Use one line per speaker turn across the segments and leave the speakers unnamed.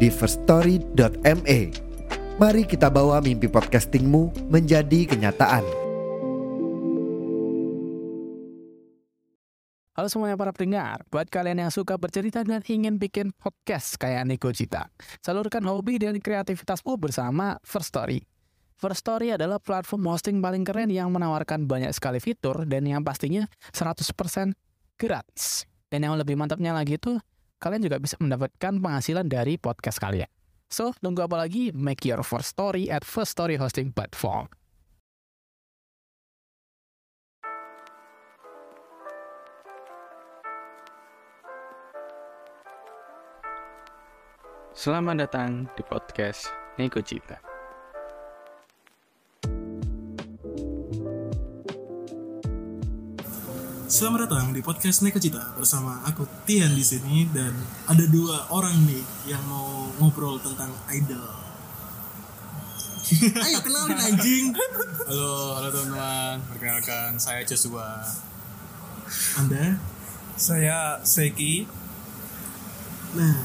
di firststory.me. Mari kita bawa mimpi podcastingmu menjadi kenyataan.
Halo semuanya para pendengar, buat kalian yang suka bercerita dan ingin bikin podcast kayak Nico Cita, salurkan hobi dan kreativitasmu bersama First Story. First Story adalah platform hosting paling keren yang menawarkan banyak sekali fitur dan yang pastinya 100% gratis. Dan yang lebih mantapnya lagi itu, kalian juga bisa mendapatkan penghasilan dari podcast kalian. So, tunggu apa lagi? Make your first story at First Story Hosting Platform.
Selamat datang di podcast Nego Cita.
Selamat datang di podcast Neko Cita bersama aku Tian di sini dan ada dua orang nih yang mau ngobrol tentang idol. Ayo kenalin anjing.
Halo, halo teman-teman. Perkenalkan, saya Joshua.
Anda.
Saya Seki.
Nah,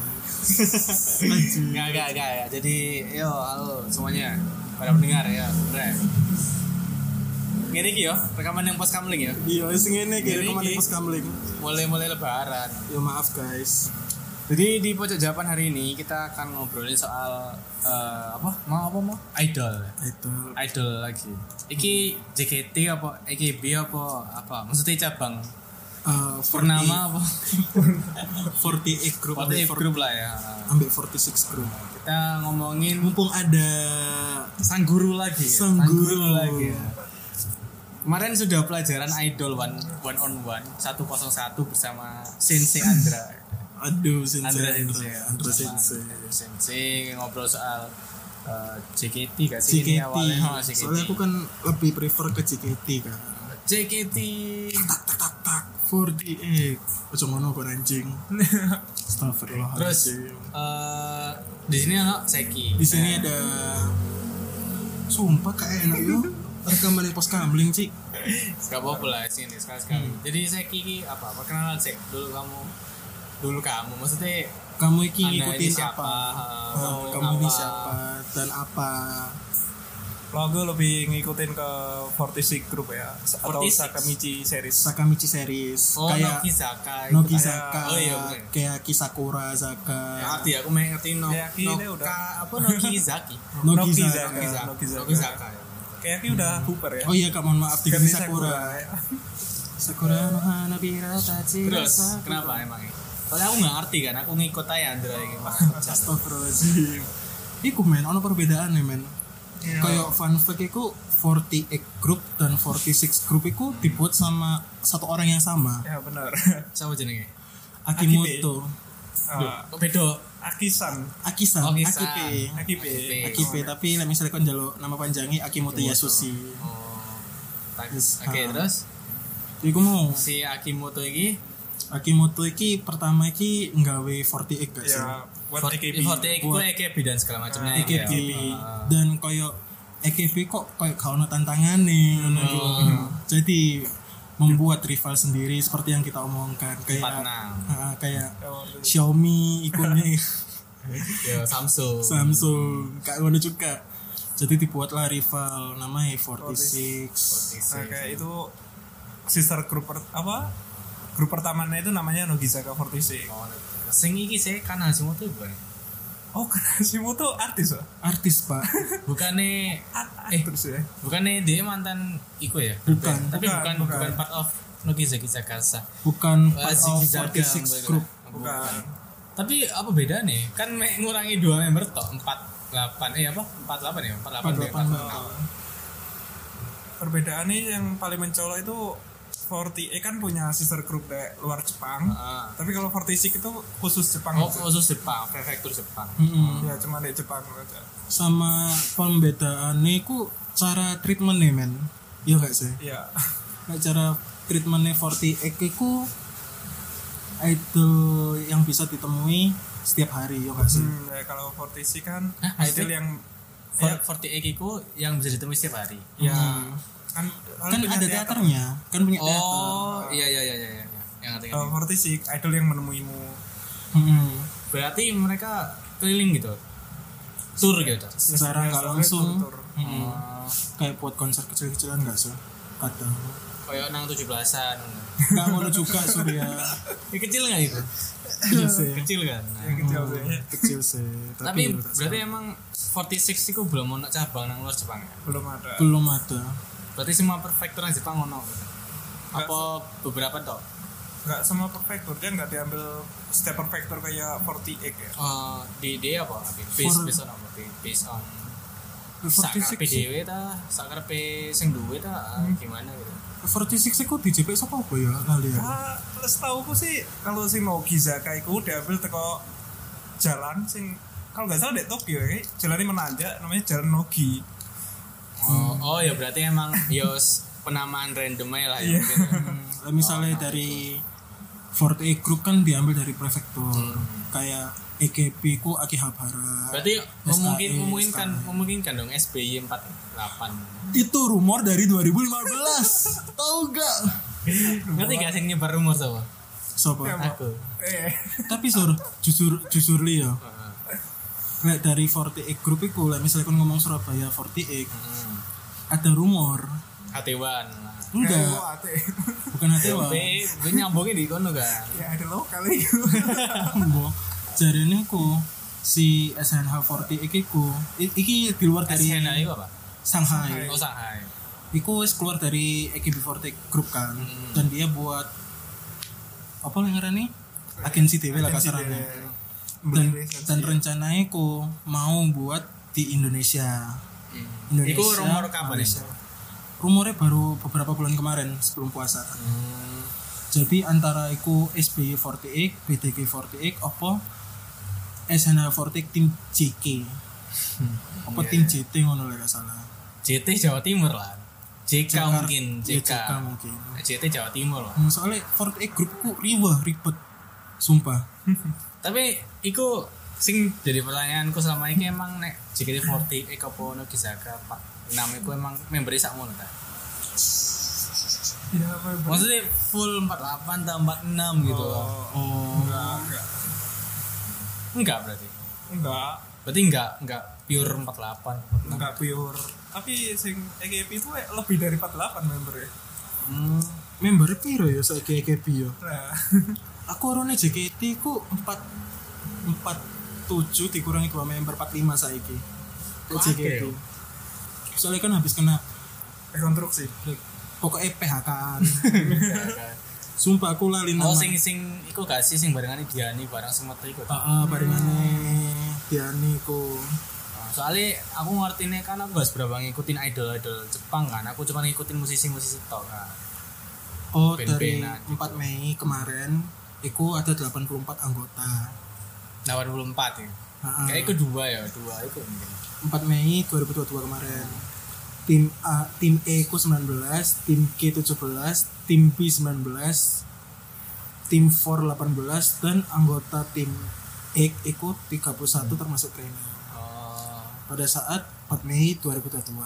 anjing.
Enggak, enggak, enggak. ya. Jadi, yo, halo semuanya. Para pendengar ya, bener. Ngene iki yo, rekaman yang post kamling ya.
Iya, sing ini kira
Jadi,
kemana
iki.
pas kamling.
Mulai-mulai lebaran.
Ya maaf guys.
Jadi di pojok jawaban hari ini kita akan ngobrolin soal eh, apa? Mau apa mau? Idol.
Idol.
Idol lagi. Iki JKT apa EKB apa apa? Maksudnya cabang
eh, 40
purnama apa?
48 group
Pokoknya grup lah ya.
ambil 46 group.
Kita ngomongin
Mumpung ada
sang guru lagi ya?
Sang Guru.
lagi ya. kemarin sudah pelajaran idol one one on one 101 bersama Sensei Andra
aduh
Andra
sensei
Sensei ya.
Andra
Bersama
sensei.
Andra Sensei ngobrol soal uh, JKT gak sih
JKT.
ini awalnya Oh, JKT.
Soalnya aku kan lebih prefer ke JKT kan.
JKT
tak tak tak 48 ojo ngono kok anjing astagfirullah
terus uh, di sini anak Seki
di sini ada sumpah kayak enak yo rekaman yang pos kamling cik
Gak apa-apa lah sini sekali sekali
Hmm.
jadi Seki ini apa perkenalan Sek dulu kamu dulu kamu maksudnya
kamu iki
Anda ini
ngikutin
siapa?
apa
Ah,
Ah,
kamu
kamu ini
apa?
siapa dan apa
Kalau gue lebih ngikutin ke 46 Group ya Atau
46?
Sakamichi series
Sakamichi series
oh
kayak
Noki Saka ikut
Noki
aja.
Saka
oh iya bener.
kayak Kisakura
Ya,
Saka
ngerti aku main ngerti no,
Ya, ini
no, apa
udah.
Noki Zaki
Noki
Noki
Saka
Saka.
Noki Zaki
Noki Zaki.
Noki Zaka ya.
Kayaknya udah bubar ya
oh iya kak mohon maaf di
Ganti
Sakura
ya.
Sakura no hana biratachi
terus
Sakura.
kenapa emangnya soalnya aku nggak ngerti kan aku ngikut aja Andra ini
Astagfirullahaladzim Iku men, ono perbedaan nih men Kayak fun fact iku 48 group dan 46 group iku dibuat sama satu orang yang sama
Ya bener
sama jenenge
Akimoto
Ah,
kok bedo
Akisan
Akisa,
Oke, Sa.
Akipe
Akibe
Akibe.
Akipe, tapi lah misalnya kon jaluk nama panjangnya Akimoto Yasushi
oh tak-
Yes,
oke
ah.
terus
Iku mau
si Akimoto ini
Akimoto iki pertama iki nggawe 48 gak sih?
Ya buat
Fort-
EKB
Forte Iku EKB dan segala ya. macamnya
EKB
iya.
dan koyo EKB kok koyo gak ono tantangane ngono iku. Jadi membuat rival sendiri seperti yang kita omongkan
Eh,
kayak
46
ah, kayak
Ya,
Xiaomi ikonnya
ya Samsung
Samsung kayak mana juga. Jadi dibuatlah rival namanya 46.
Nah, kayak itu Sister Group per- apa Grup pertamanya itu namanya Nogisaka 46
sing iki sih kan Hashimoto bukan
Oh Kanashimu tuh artis ya?
Artis pak
bukannya
A-
Eh.
Terus ya
bukannya dia mantan iku ya
Bukan.
tapi
Bukan,
bukan bukan,
bukan.
part of Nogizaki Jakarta
bukan
Eh,
part of
Ziggy Zaga,
46
bukan.
group.
Bukan
tapi apa beda nih kan me- ngurangi dua member toh empat delapan eh apa empat delapan ya
nah.
empat delapan
48
deh, empat delapan.
Perbedaannya yang paling mencolok itu 40 kan punya sister group dari luar Jepang.
Ah.
Tapi kalau 46 itu khusus Jepang.
Oh,
aja.
khusus Jepang, prefektur Jepang.
iya.
Ya cuma di Jepang aja.
sama pembedaannya ku cara treatmentnya men iya gak sih
Iya.
Nah, cara treatmentnya 40 ku idol yang bisa ditemui setiap hari ya gak sih
Hmm, ya kalau 46 kan
Hah,
idol
idol?
yang ya,
Iya.
For- 48 itu yang bisa ditemui setiap hari. Hmm.
ya kan
Ah. kan
punya
ada teaternya kan punya teater
Oh, iya iya iya iya iya. Yang ngerti
Kalau
Oh.
ngerti.
46 idol yang menemuimu.
Mm-mm.
Berarti mereka keliling gitu. Tour gitu.
secara nggak
Biasanya
langsung Hmm.
tur-tur.
kayak buat konser kecil-kecilan gak sih kadang
Kayak nang 17-an.
nggak mau juga surya
Ya, kecil nggak itu?
iya sih
Kecil kan. Nah.
Hmm.
Yang kecil sih.
kecil sih
Tapi ya
tapi
berarti emang 46 itu belum ono cabang nang luar Jepang ya.
Belum ada.
belum ada
Berarti semua prefektur nang Jepang ono. Apa beberapa toh?
Enggak semua perfektur dia enggak diambil setiap perfektur kayak 48 ya.
Eh, di di apa? Based
For-
based on apa? Based- Based on
46
sakar PDW ta, sakar P sing duwe ta, ah,
Hmm.
gimana gitu.
46 ku di JP siapa apa ya kali ya
Ah, setahu ku sih kalau si Nogi Zaka itu diambil teko jalan sing kalau nggak salah dek Tokyo ya, jalannya menanjak namanya jalan Nogi.
Hmm.
Oh, oh ya berarti emang yos penamaan randomnya lah ya. mungkin ya.
Eh, misalnya dari Forte Group kan diambil dari prefektur kayak EKP ku Akihabara
Berarti memungkin,
SKI,
memungkinkan memungkinkan dong SBY 48.
itu rumor dari 2015 tau gak
Ngerti gak sing nyebar
Oh.
rumor sama?
Sobat
Aku.
Eh,
tapi sur jujur jujur li ya Lek dari 48 Group itu lek misalnya kan ngomong Surabaya 48
Hmm.
ada rumor
Hatewan.
kayak
enggak
ate.
bukan ada wah
B, B nyambungnya di kono kan.
ya ada lo kali itu.
jadi ini ku si SNH48 iki ku i- iki di luar dari
Sena itu apa?
Shanghai
Oh Shanghai.
Iku wis keluar dari AKB48 grup kan
Hmm.
dan dia buat apa yang ngarani agensi TV lah kasarannya dan, dan rencananya ku mau buat di Indonesia Indonesia
Iku rumor kapan ya?
Malaysia. rumornya baru beberapa bulan kemarin sebelum puasa
Hmm.
jadi antara iku SBY48 BTG48 apa SNH48 tim JK
Hmm.
apa
Iya,
tim JT ngono lah gak salah
JT Jawa Timur lah. JK mungkin,
Ya,
JK.
JK mungkin
JT Jawa Timur lah.
Hmm, soalnya Fort E Group ku riwah ribet sumpah
Tapi iku sing jadi pertanyaanku selama ini emang nek JKT48 Eka Pono eh, Gisaka Pak enam iku emang membernya sak ngono ta.
Ya apa ya?
Maksudnya full 48 tambah 46 gitu loh.
oh
Enggak, enggak.
Enggak berarti.
Enggak,
Berarti enggak enggak pure 48.
enggak pure. Tapi sing EKP itu eh, lebih dari 48 member ya.
member piro ya saiki EKB ya
Nah,
aku orangnya JKT ku 4 47 dikurangi 2 member 45 saiki Kok
Wah,
JKT
keo.
soalnya kan habis kena
rekonstruksi.
pokoknya PHK -an. sumpah aku lali nama
Oh sing sing iku gak sih sing barengan Diani bareng semetu iku.
Ah,
ta?
ah, barengane Diani ku
Nah, Soalnya aku ngertinya kan aku gak seberapa ngikutin idol-idol Jepang kan. Aku cuma ngikutin musisi-musisi tok kan.
oh dari
Ben-benan
4 Mei kemarin iku ada 84 anggota
84 ya.
Ah, ah.
Kayak iku dua ya, dua iku mungkin.
4 Mei 2022 kemarin. Tim A, tim E ku 19, tim K 17, tim B 19, tim 4 18 dan anggota tim E ikut 31 termasuk trainee
Oh.
pada saat 4 Mei 2022.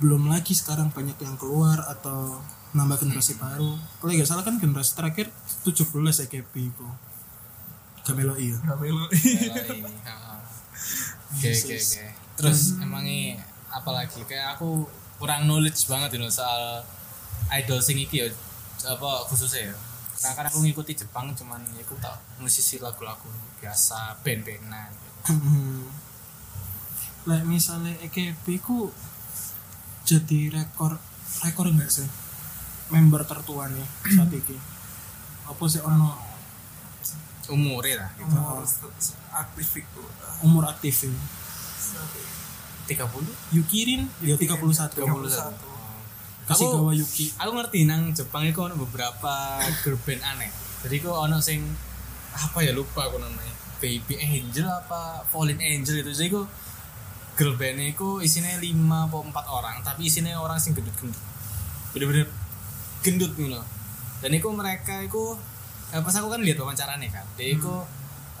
Belum lagi sekarang banyak yang keluar atau nambah generasi baru. Kalau nggak salah kan generasi terakhir ya, 17 EKP itu. Gamelo iya.
Enggak melu.
Lain. Heeh. Oke oke oke. Terus emangnya apalagi kayak aku kurang knowledge banget loh soal idol sing iki ya apa khususnya ya. Karena kan aku ngikuti Jepang cuman ya aku tau musisi lagu-lagu biasa band-bandan.
Lah misalnya EKB ku jadi rekor rekor enggak sih member tertua nih saat ini apa sih ono
Umurnya lah gitu.
umur,
Aktif itu.
umur aktif ya?
30
Yukirin ya 31
31.
Kashigawa Yuki.
aku ngerti nang Jepang itu ono beberapa girl band aneh jadi aku ono sing apa ya lupa aku namanya Baby Angel apa Fallen Angel itu jadi aku girl band itu isinya 5 atau 4 orang tapi isinya orang sing gendut-gendut bener-bener gendut gitu loh. dan itu mereka itu eh, pas aku kan lihat wawancaranya kan dia itu
Hmm.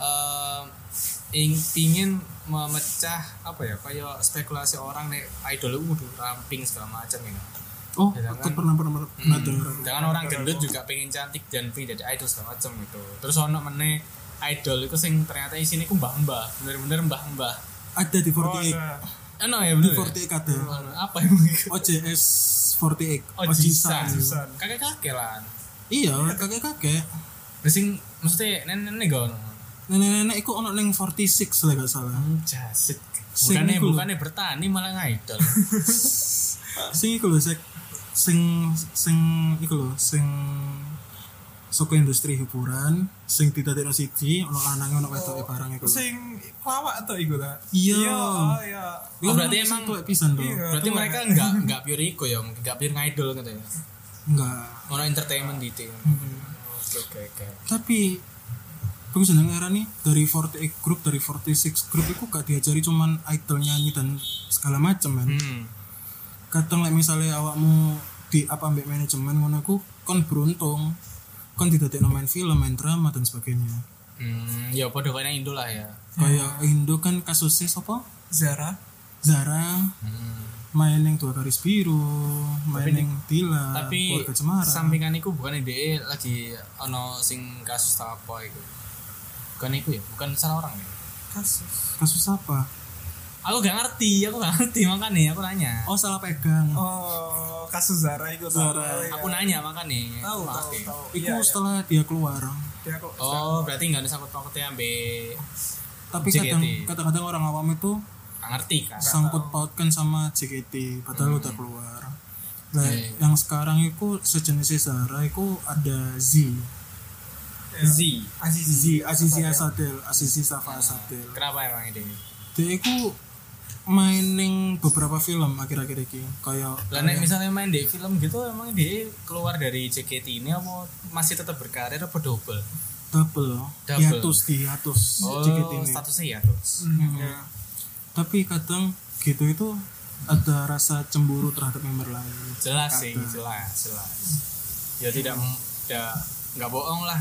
eh, ing- pingin memecah apa ya kayak spekulasi orang nih idol itu udah ramping segala macam gitu kan?
Oh,
Iya
Sedangkan-
kan?
aku pernah pernah pernah
Hmm.
pernah dengar. aku.
Jangan kan orang gendut juga pengen cantik dan pengen jadi idol segala macam gitu. Terus ono meneh idol itu sing ternyata isinya ku mbah-mbah, bener-bener mbah-mbah.
Ada di
Oh,
48.
ada.
Ono ya bener. ya?
48 ada.
Ono, apa yang begitu?
OJS 48.
Oh,
Ojisan.
Ojisan.
Kakek-kakek lah.
Iya, kakek-kakek.
Terus sing maksudnya nenek-nenek gak ono.
Nenek-nenek iku ono ning 46 lah gak salah.
Hmm, Jasit.
Sing
Bukannya
iku lho.
bukannya bertani malah ngaidol.
Sing iku lho sek sing sing iku lho sing soko industri hiburan sing didadekno siji ono lanange ono wedoke barang e, iku. lho.
sing lawak atau iku ta
Iya.
oh, iya
Oh, berarti
Sing
emang
tuwek pisan to.
Iya.
berarti mereka nggak nggak pure iku ya, nggak pure ngaidol gitu ya.
Enggak.
Ono entertainment gitu.
Hmm.
Oke oke oke.
tapi aku seneng era nih dari 48 group dari 46 group itu gak diajari cuman idol nyanyi dan segala macam kan
Hmm.
kadang like, misalnya awakmu di apa ambek manajemen ngono aku kon beruntung kon didadekno main film main drama dan sebagainya
Hmm, ya pada kayaknya Indo lah ya.
kayak Indo kan kasusnya siapa
Zara
Zara
Hmm.
main yang dua garis biru main yang Dila
Ah,
Tapi
keluarga Cemara
sampingan iku bukan ide lagi ono sing kasus ta apa iku. Bukan iku ya, bukan salah orang ya.
kasus
kasus apa
Aku gak ngerti, aku gak ngerti makanya aku nanya.
oh salah pegang
oh kasus Zara itu
Zara.
aku nanya makanya.
Oh, iya. tahu
Maaf
tahu
ya.
tahu
itu
Iya, iya.
setelah dia keluar
dia kok
Oh, berarti gak ada sangkut pautnya ambil
tapi
JKT.
kadang kadang-kadang orang awam itu
gak ngerti kan.
sangkut pautkan sama JKT padahal udah keluar nah,
Iya, iya.
yang sekarang itu sejenis Zara itu ada Z
Z.
Azizi Azizi Asadel Azizi Safa Asadel
Kenapa emang ide?
dia itu mainin beberapa film akhir-akhir ini kayak
Lah nek misalnya main di film gitu emang dia keluar dari JKT ini apa masih tetap berkarir apa double?
double,
Double.
hiatus diatus
Oh,
JKT ini
statusnya ya terus.
Iya. tapi kadang gitu itu ada rasa cemburu terhadap member lain
jelas sih jelas jelas ya tidak tidak nggak bohong lah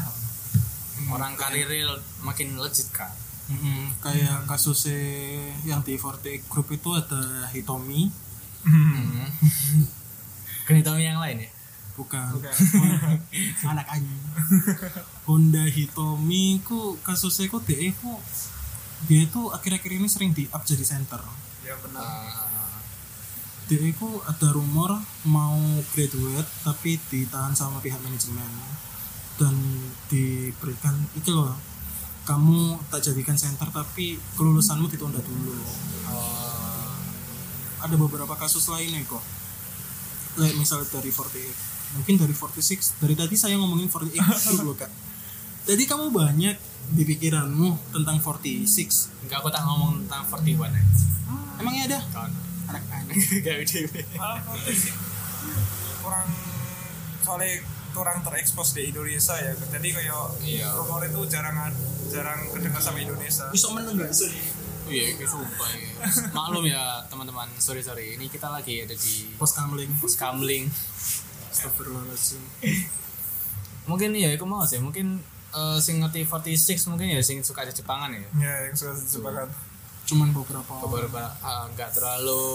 orang karirnya makin legit kan
Mm-mm, Hmm. kayak
Hmm.
kasusnya yang di Forte Group itu ada Hitomi
Hmm. kenapa yang lain ya
bukan, anak anjing Honda Hitomi ku kasusnya ku DE ku dia itu akhir-akhir ini sering di up jadi center
ya benar
Ah,
DE ku ada rumor mau graduate tapi ditahan sama pihak manajemen dan diberikan itu loh kamu tak jadikan center tapi kelulusanmu ditunda dulu Oh. ada beberapa kasus lainnya kok Like misalnya dari 48 Mungkin dari 46 Dari tadi saya ngomongin 48 dulu kak Jadi kamu banyak di pikiranmu tentang 46
nggak aku tak ngomong tentang 41 ya
Emangnya ada?
kawan
Anak aneh
gak dewe.
malah sih kurang soalnya kurang terekspos di Indonesia ya jadi kayak
Iya.
rumor itu jarang jarang kedengar sama Indonesia
Bisa meneng gak sih?
iya itu sumpah ya maklum ya teman-teman sorry sorry ini kita lagi ada di
Pos kamling
pos kamling
Astagfirullahaladzim
mungkin ya aku mau sih mungkin eh, sing ngerti 46 mungkin ya sing suka Jepangan ya
ya yang suka disebarkan
Cuman beberapa orang.
beberapa ah, nggak terlalu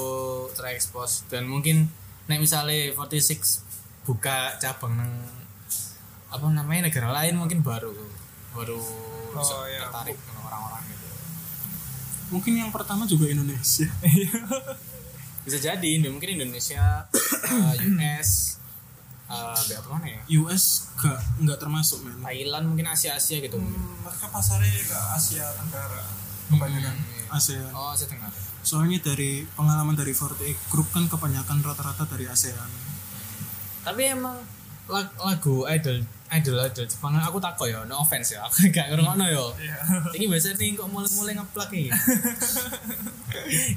terekspos dan mungkin nek misalnya 46 buka cabang nang apa namanya negara lain mungkin baru baru
Oh,
bisa
iya.
tertarik sama orang-orang gitu
Mungkin yang pertama juga Indonesia Eh,
bisa jadi Indo- mungkin Indonesia eh, US eh, di apa mana ya
US gak, nggak termasuk men
Thailand mungkin Asia Asia gitu mungkin
mereka pasarnya ke Asia Tenggara kebanyakan
ASEAN
oh Asia Tenggara
Soalnya dari pengalaman dari 48 Group kan kebanyakan rata-rata dari ASEAN
tapi emang lag- lagu idol idol idol Jepang aku takut ya no offense ya aku gak ngerungokno ya ini biasanya nih kok mulai-mulai ngeplak ini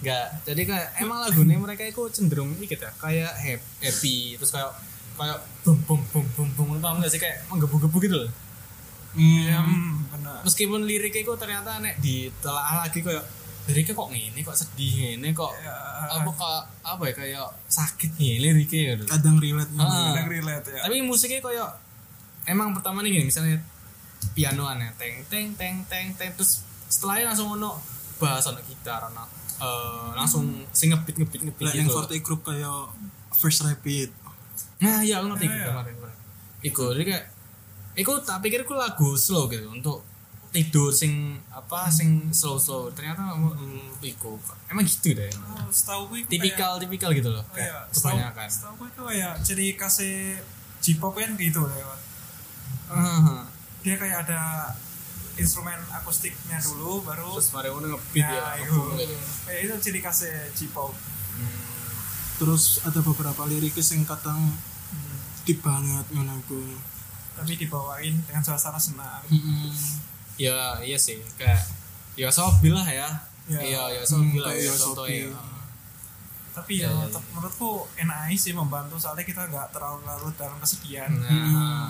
Enggak, jadi kayak emang lagunya mereka itu cenderung ini kita kayak hap- happy terus kayak kayak bum bum bum bum bum paham gak sih kayak menggebu-gebu gitu loh.
Iya, hmm, benar.
Meskipun liriknya itu ternyata nek ditelaah lagi kayak liriknya kok ngene kok sedih ngene kok
Ya,
apa kok apa ya kayak sakit nih liriknya ya. Dul.
kadang relate banget.
Ah.
kadang relate ya.
Tapi musiknya kayak emang pertama nih gini misalnya piano aneh teng teng teng teng teng terus setelahnya langsung ono bass ono gitar ono eh,
Hmm.
langsung sing ngebit ngebit ngebit gitu
Lah yang forte group kayak first rapid
Nah, iya aku ngerti
Iya,
gitu
iya.
kemarin. kemarin. Iku jadi kayak iku tak pikir ku lagu slow gitu untuk tidur sing apa
Hmm.
sing slow slow ternyata mm, iku emang gitu deh emang.
Oh, setahu gue itu
tipikal tipikal gitu loh
kayak- oh, iya,
kayak
setahu,
kebanyakan
setahu gue itu kayak ciri kasih J-pop kan gitu lewat.
Ah,
Dia kayak ada instrumen akustiknya dulu baru
terus mari ngono ngebeat ya
ya, itu.
ngebum gitu.
Kayak itu ciri kasih J-pop.
terus ada beberapa lirik yang kadang deep banget ngono aku.
tapi dibawain dengan suasana senang.
Hmm. ya iya sih kayak ya sobil lah ya
Iya.
iya ya
Hmm,
sobil lah
kayak
ya
ya
sotoy
sobil.
ya.
Tapi ya,
Iya, iya,
tetap menurutku enak aja sih membantu soalnya kita nggak terlalu larut dalam kesedihan.
Nah, Hmm.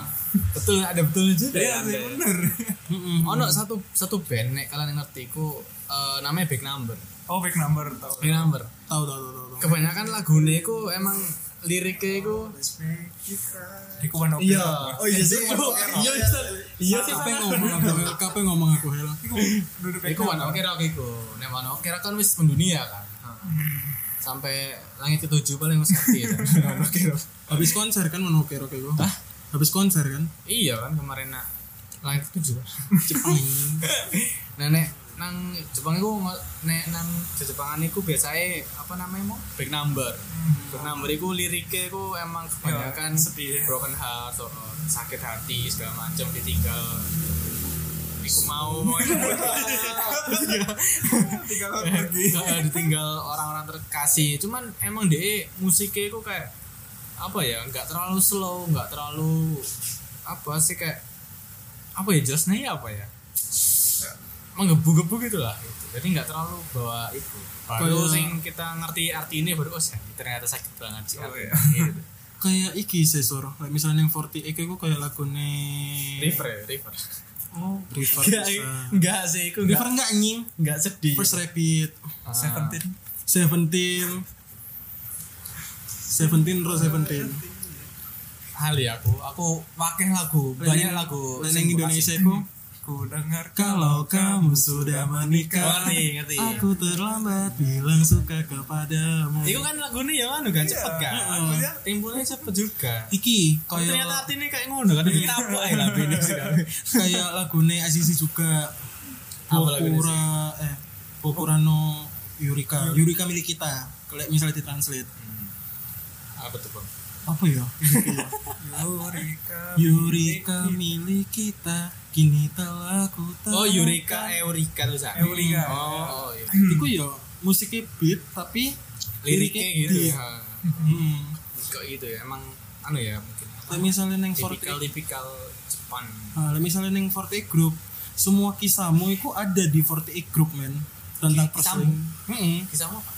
betul ada betul juga ya,
Iya sih
Anda ya.
bener.
Oh no, satu satu band nek kalian ngerti ku eh, namanya Back Number.
Oh back number tau.
Back Number.
Tahu tahu tahu tahu. tahu.
Kebanyakan lagune ku emang liriknya ku
Di kuban oke.
Oh iya sih. Iya bisa. Iya sih.
Kape ngomong aku, kape ngomong aku hela.
Duduk back
Iku
number.
mana oke rock iku. Nek mana oke rock kan wis mendunia kan. Sampai langit ketujuh paling wis ngerti ya. Mana Oke Rock.
Habis konser kan mau oke oke gua. Habis konser kan.
Iya kan kemarin nak langit ketujuh.
Jepang.
Nah nek nang Jepang iku ngo- nek nang Jepangan iku biasanya apa namanya mau back number. Back number iku liriknya iku emang kebanyakan
Ya, sedih.
broken heart, so, sakit hati segala macam ditinggal. Iku mau mau
iya,
Tiga orang pergi.
Eh, ditinggal orang-orang terkasih. Cuman emang deh musiknya iku kayak apa ya nggak terlalu slow nggak terlalu apa sih kayak apa ya jelasnya ya apa ya menggebu-gebu gitu lah gitu. jadi nggak terlalu bawa itu baru
Kayak-
sing kita ngerti arti ini baru oh sih, ternyata sakit banget sih
Oh,
artinya."
iya.
gitu.
Kayak iki sesor. Kayak misalnya yang 40 Eke gua kayak lagune
river ya river
Oh, River.
Iya,
Nah.
Nggak-
bisa.
nggak sih itu nggak
River enggak anjing.
nggak sedih
First rapid.
Ah.
Seventeen.
Seventeen. Seventeen terus Seventeen.
hal ya aku aku pakai lagu banyak lagu
Lain
sing
yang
gua
Indonesia
kasih.
ku.
Ku dengar
Kalau kamu sudah
Oh,
menikah,
ngerti ngerti
aku terlambat bilang suka kepadamu.
itu kan lagunya ya kan kan cepet kan
Lagunya-
timbulnya cepet juga
Iki
Tapi ternyata
kayak
artinya kayak ngono kan ditapok ae lagu ini kan. sudah
kayak lagune Azizi juga.
Apa lagune
Pokura eh Pokurano Yurika. Yurika milik kita. Kalau misalnya ditranslate
Hmm. apa tuh bang
apa ya?
Yurika.
Yurika milik kita kini telah ku temukan.
Oh Eureka, Eureka tuh Zak.
Eureka.
Oh, oh iya.
Iku yo musiknya beat tapi
liriknya gitu
deep.
ya.
Hmm.
Kok gitu ya, emang anu ya mungkin.
Lah misalnya neng Forte,
Tipikal tipikal Jepang.
ah, lah misalnya neng Forte Group, semua kisahmu itu ada di Forte e Group men tentang
Kisahmu?
persen. Heeh.
Kisahmu apa?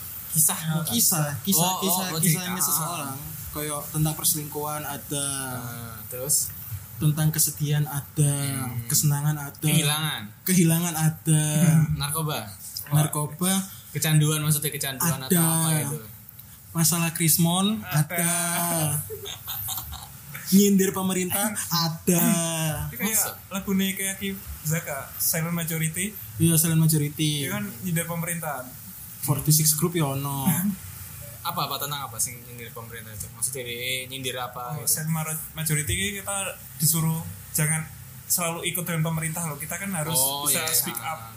Kisah,
Kisah.
kisah,
Ah, Oh, oh,
kisah,
oh,
kisahnya
cerita.
seseorang. Kayak tentang perselingkuhan ada,
Ah, terus
tentang kesedihan ada, kesenangan ada,
kehilangan,
kehilangan ada,
narkoba,
narkoba,
kecanduan maksudnya kecanduan atau
Ada.
apa gitu.
masalah krismon ada nyindir pemerintah ada
Itu kayak
Masa?
lagu nih kayak Kim Zaka Silent Majority
iya silent majority
itu kan nyindir pemerintahan
46 group ya ono
Oh.
Apa apa tentang apa sih nyindir pemerintah itu? Maksudnya dia nyindir apa?
Kalau
gitu.
Silent Maro- Majority ini kita disuruh jangan selalu ikut dengan pemerintah loh kita kan harus bisa
iya.
speak up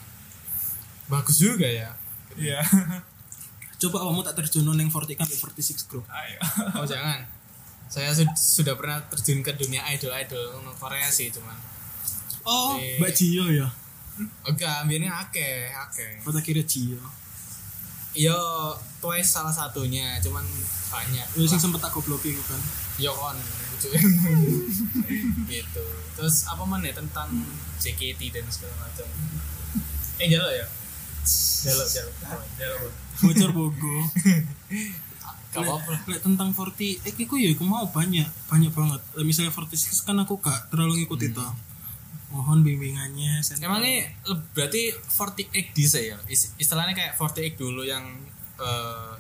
Bagus juga ya.
iya
coba kamu tak terjun neng 40 kan 46 group
ayo
Oh jangan. Saya su- sudah pernah terjun ke dunia idol-idol Korea sih cuman.
oh
Eh.
mbak Jio ya
Oke, ambilnya akeh, akeh.
kata kira Jio
Yo, Twice salah satunya, cuman banyak.
ya sing sempet tak gobloki itu kan
Yo kon, cuk. gitu terus apa mana tentang JKT dan segala macam eh jalo ya jalo jalo jalo
bocor bogo
gak apa-apa lah.
Lek tentang 40 eh kiku ya aku mau banyak banyak banget Lek misalnya 46 kan aku gak terlalu ngikuti toh mohon bimbingannya Sen.
Emangnya le- berarti 48 di saya ya? Is- istilahnya kayak 48 dulu yang eh,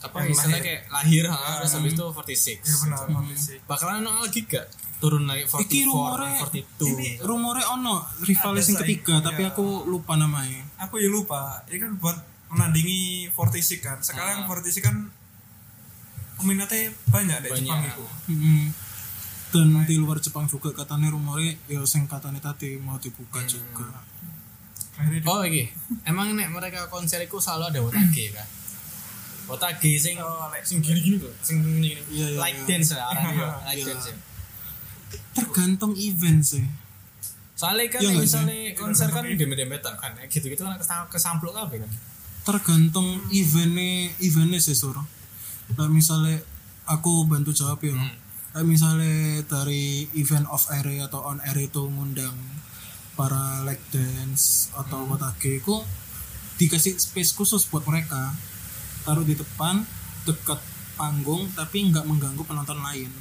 apa
Yang
istilahnya
lahir.
kayak lahir ha, terus habis itu 46.
ya benar kondisi
Bakalan ada lagi gak turun lagi 44,
Iki
eh,
rumore
42.
rumore ono rivalis yang
Ada,
ketiga
Sai.
tapi
Iya.
aku lupa namanya
aku ya lupa ini kan buat menandingi 46 kan
Ah.
sekarang 46 kan peminatnya banyak deh
Banyak.
Jepang itu
Mm-mm. dan di luar Jepang juga katanya rumore ya sing katanya tadi mau dibuka juga
akhirnya di-
Oh iki. Emang nek mereka konser iku selalu ada otage kan. Otage sing
Oh, lek-
sing gini-gini kok, sing gini-gini.
Iya, iya,
like
iya.
dance lah arane yo, like
Iya.
dance. ya.
tergantung event sih
Soalnya kan
Iya nggak sih?
misalnya konser kan dempet-dempetan kan, kayak gitu-gitu kan kesam- kesamplok kabeh kan.
tergantung eventnya eventnya sih sur nah, misalnya aku bantu jawab ya Nah, misalnya dari event off air atau on air itu ngundang para leg dance atau otage ku dikasih space khusus buat mereka taruh di depan dekat panggung tapi nggak mengganggu penonton lain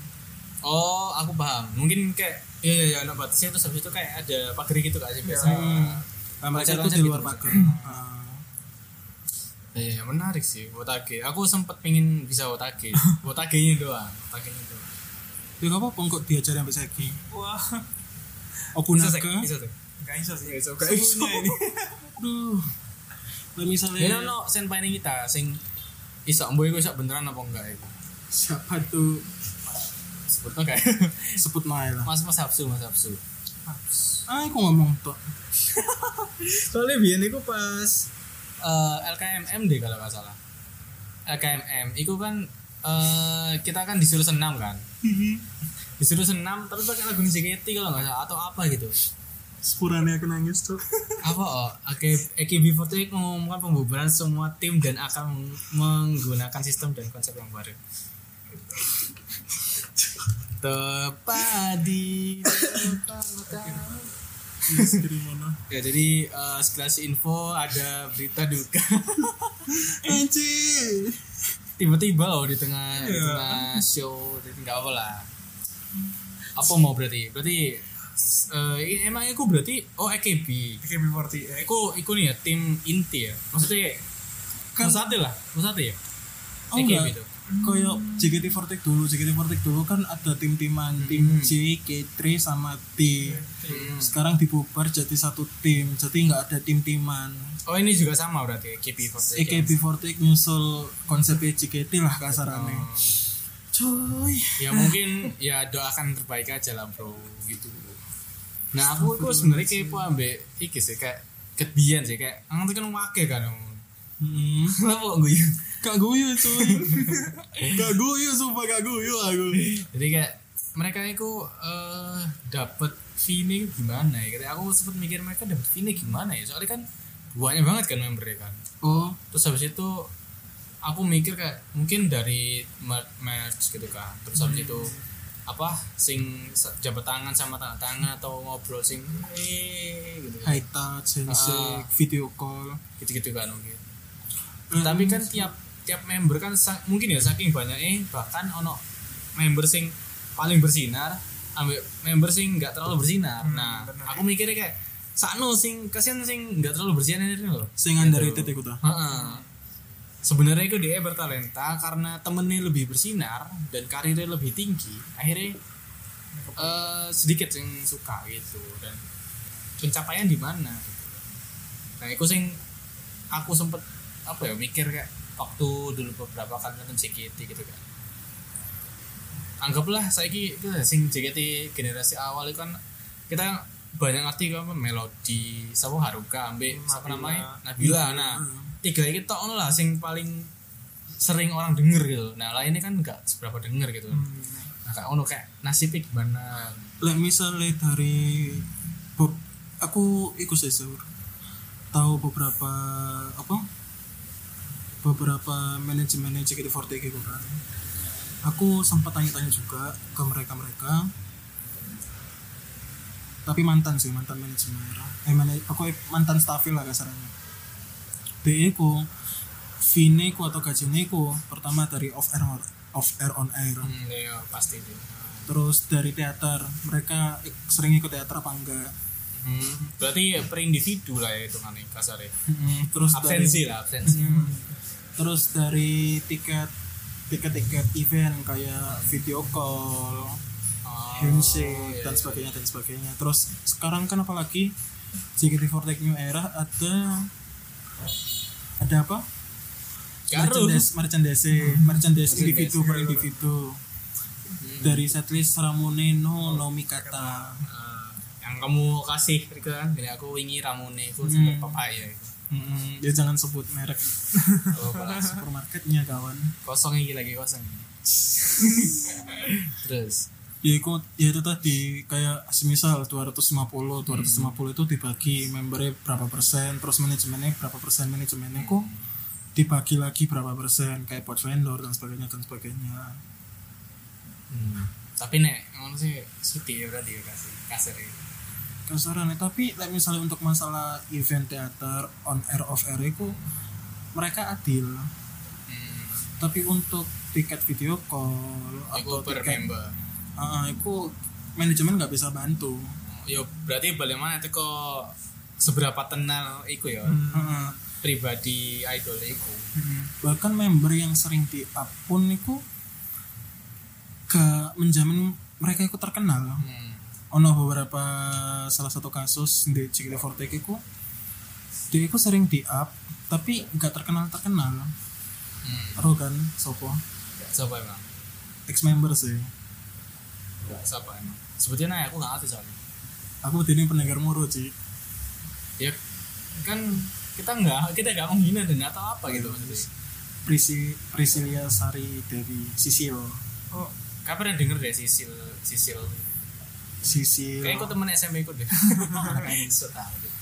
Oh, aku paham. Mungkin kayak iya iya iya anak batasnya terus habis itu kayak ada pagar gitu kan sih biasa.
nah, mereka itu
Acara-acara
di luar
gitu.
pagar Ah.
Iya, iya, menarik sih otage. Aku sempet pingin bisa otage. Otagenya doang, otagenya doang.
ya nggak apa-apa kok diajarin sampai saiki
wah
Bisa sih,
Okunaga
bisa sih.
nggak bisa sih
Bisa, nggak bisa.
Semuanya ini
aduh nah,
Ya
misalnya
no no senpai ini kita sing isak mboy iku isak beneran apa enggak iku.
siapa tuh
Sebutno kayak
sebut naik lah
Mas Mas Hapsu, Mas Hapsu.
ah aku ngomong tuh
Soalnya biyen iku pas eh, LKMM deh kalau nggak salah. LKMM iku kan eh, kita kan disuruh senam kan. disuruh senam terus pakai lagu JKT kalau nggak salah atau apa gitu.
sepurane aku nangis tuh
apa oh, AKB48 mengumumkan pembubaran semua tim dan akan meng- menggunakan sistem dan konsep yang baru. Tepat di depan mata. ya jadi eh, sekilas info ada berita duka
anjir
tiba-tiba loh di
Iya.
tengah di tengah show jadi nggak apa lah apa mau berarti berarti s- eh, ini emang aku berarti oh AKB
KB48
Iku, iku nih ya tim inti ya. Maksudnya
Kan-
kan Musate lah, Musate ya.
oh
Iki
enggak
gitu.
koyo JKT48 dulu JKT48 dulu kan ada tim-timan tim J, K3 sama T sekarang dibubar jadi satu tim jadi nggak ada tim-timan
Oh ini juga sama berarti AKB48.
Iya, AKB48 nyusul konsepnya JKT lah
Oh.
kasarannya coy
Ya mungkin ya doakan terbaik aja lah bro gitu. Nah aku aku sebenarnya kepo ambek iki sih kayak kebian sih kayak angin kan wake kan.
hmm.
Kenapa kok guyu?
Gak guyu cuy Gak guyu sumpah gak guyu aku
Jadi kayak mereka itu eh dapat fee gimana ya? Kayak aku sempat mikir mereka dapat fee gimana ya? Soalnya kan banyak banget kan membernya kan.
Oh
terus habis itu aku mikir kayak mungkin dari mer- merch gitu kan terus habis itu apa sing se- jabat tangan sama tanda tangan atau ngobrol sing "Eh," gitu
High touch, handshake, video call
gitu gitu kan mungkin tapi kan tiap tiap member kan sa- mungkin ya saking banyak eh bahkan ono member sing paling bersinar ambil member sing nggak terlalu bersinar nah aku mikirnya kayak sakno sing kasihan sing nggak terlalu bersinar ini loh
Sing underrated iku ta
Heeh. Sebenarnya itu dia bertalenta karena temennya lebih bersinar dan karirnya lebih tinggi. Akhirnya eh, sedikit yang suka gitu dan pencapaian di mana. gitu. Nah, itu sing aku sempet apa ya mikir kayak waktu dulu beberapa kali nonton JKT gitu kan. Anggaplah saya itu sing JKT generasi awal itu kan kita banyak ngerti kan apa, melodi sama Haruka ambek
Hmm,
apa namanya Nabila nah tiga ini tok ono lah sing paling sering orang denger gitu nah lainnya kan nggak seberapa denger gitu
Hmm.
nah kayak ono kayak nasibnya gimana
Lek misalnya dari Bob Aku ikut sih Sur. Tahu beberapa Apa Beberapa manajemennya JKT48 gitu kan aku sempat tanya-tanya juga ke mereka-mereka tapi mantan sih mantan manajemen eh mana- aku mantan staffil lah kasarnya DE ku Vine ku atau gajinya ku pertama dari off air off air on air
Hmm, iya, pasti deh.
terus dari teater mereka ik- sering ikut teater apa enggak
Hmm, berarti per individu lah ya hitungannya kasarnya.
terus dari
Absensi lah, absensi.
Hmm. terus dari tiket tiket-tiket event kayak video call
Oh,
handshake
iya,
dan
iya.
sebagainya dan sebagainya terus sekarang kan apalagi JKT48 New Era ada ada apa
Garut. Hmm. iya.
merchandise merchandise merchandise individu per individu dari setlist Ramune no Nomikata
Nah, yang kamu kasih Rika kan dari aku wingi ramune itu
Hmm.
sampai papaya itu.
Mm-mm, ya jangan sebut merek
Kalau balas.
supermarketnya kawan
kosong ini lagi kosong terus
ya itu, ya itu tadi kayak semisal 250 250 itu dibagi membernya berapa persen terus manajemennya berapa persen manajemennya kok dibagi lagi berapa persen kayak pot vendor dan sebagainya dan sebagainya
Hmm. tapi nek ngono sih suti ya berarti ya kasih kasar ya
kasarannya tapi like, misalnya untuk masalah event teater on air off air itu mereka adil
hmm.
tapi untuk tiket video call
aku
atau
per
tiket
member
Ah, itu manajemen nggak bisa bantu
yo berarti bagaimana itu kok seberapa tenang iku ya
Ah,
pribadi idol iku
bahkan member yang sering di up pun niku gak menjamin mereka ikut terkenal
hmm.
ono beberapa salah satu kasus di JKT48 iku dia iku sering di up tapi gak terkenal terkenal
hmm.
Ro kan sopo
siapa emang
ex member sih
siapa emang sebetulnya aku nggak ngerti soalnya
aku ini pendengar muru sih
ya kan kita nggak kita nggak menghina dan nggak tahu apa gitu maksudnya
Prisi, Prisilia Sari Dewi Sisil
oh kau pernah denger deh sisil sisil
Sisil
kayaknya aku temen SMP ikut deh so tau deh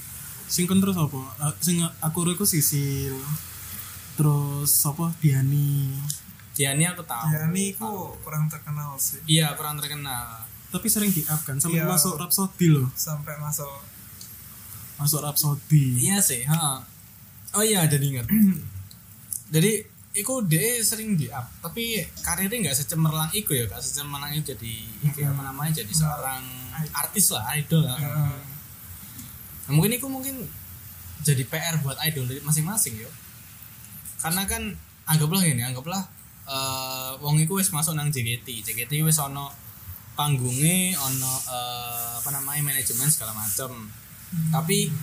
sing kon terus apa Ah, sing aku iku Sisil terus apa Diani
Diani aku tahu
ya ini aku kurang terkenal sih
iya kurang terkenal
tapi sering di up kan sampai
Iya.
masuk Rhapsody loh
sampai masuk
masuk Rhapsody
iya sih ha oh iya jadi ingat jadi Iku dia sering di up, tapi karirnya nggak secemerlang Iku ya, nggak secemerlang itu jadi itu apa namanya jadi seorang artis lah, idol lah. Nah, mungkin itu mungkin jadi PR buat idol dari masing-masing yo. Karena kan anggaplah gini, anggaplah eh wong iku wis masuk nang JKT. JKT wis ono panggungnya, ono eh, apa namanya manajemen segala macam. Tapi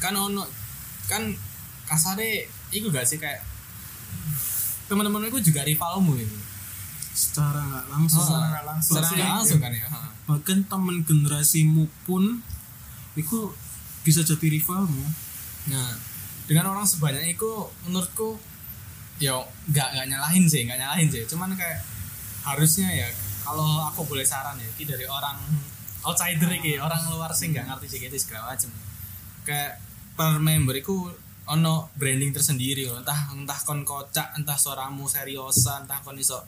kan ono kan kasare iku gak sih kayak teman-teman iku juga rivalmu gitu.
secara nggak langsung
Secara nggak
langsung
Secara nggak langsung kan ya. ha.
bahkan temen generasimu pun itu bisa jadi rivalmu
Nah, dengan orang sebanyak itu menurutku ya nggak nggak nyalahin sih, nggak nyalahin sih. Cuman kayak harusnya ya kalau aku boleh saran ya, ini dari orang outsider iki, orang luar sih nggak ngerti JKT segala macam. Kayak per member itu ono branding tersendiri loh. entah entah kon kocak entah suaramu seriosa entah kon iso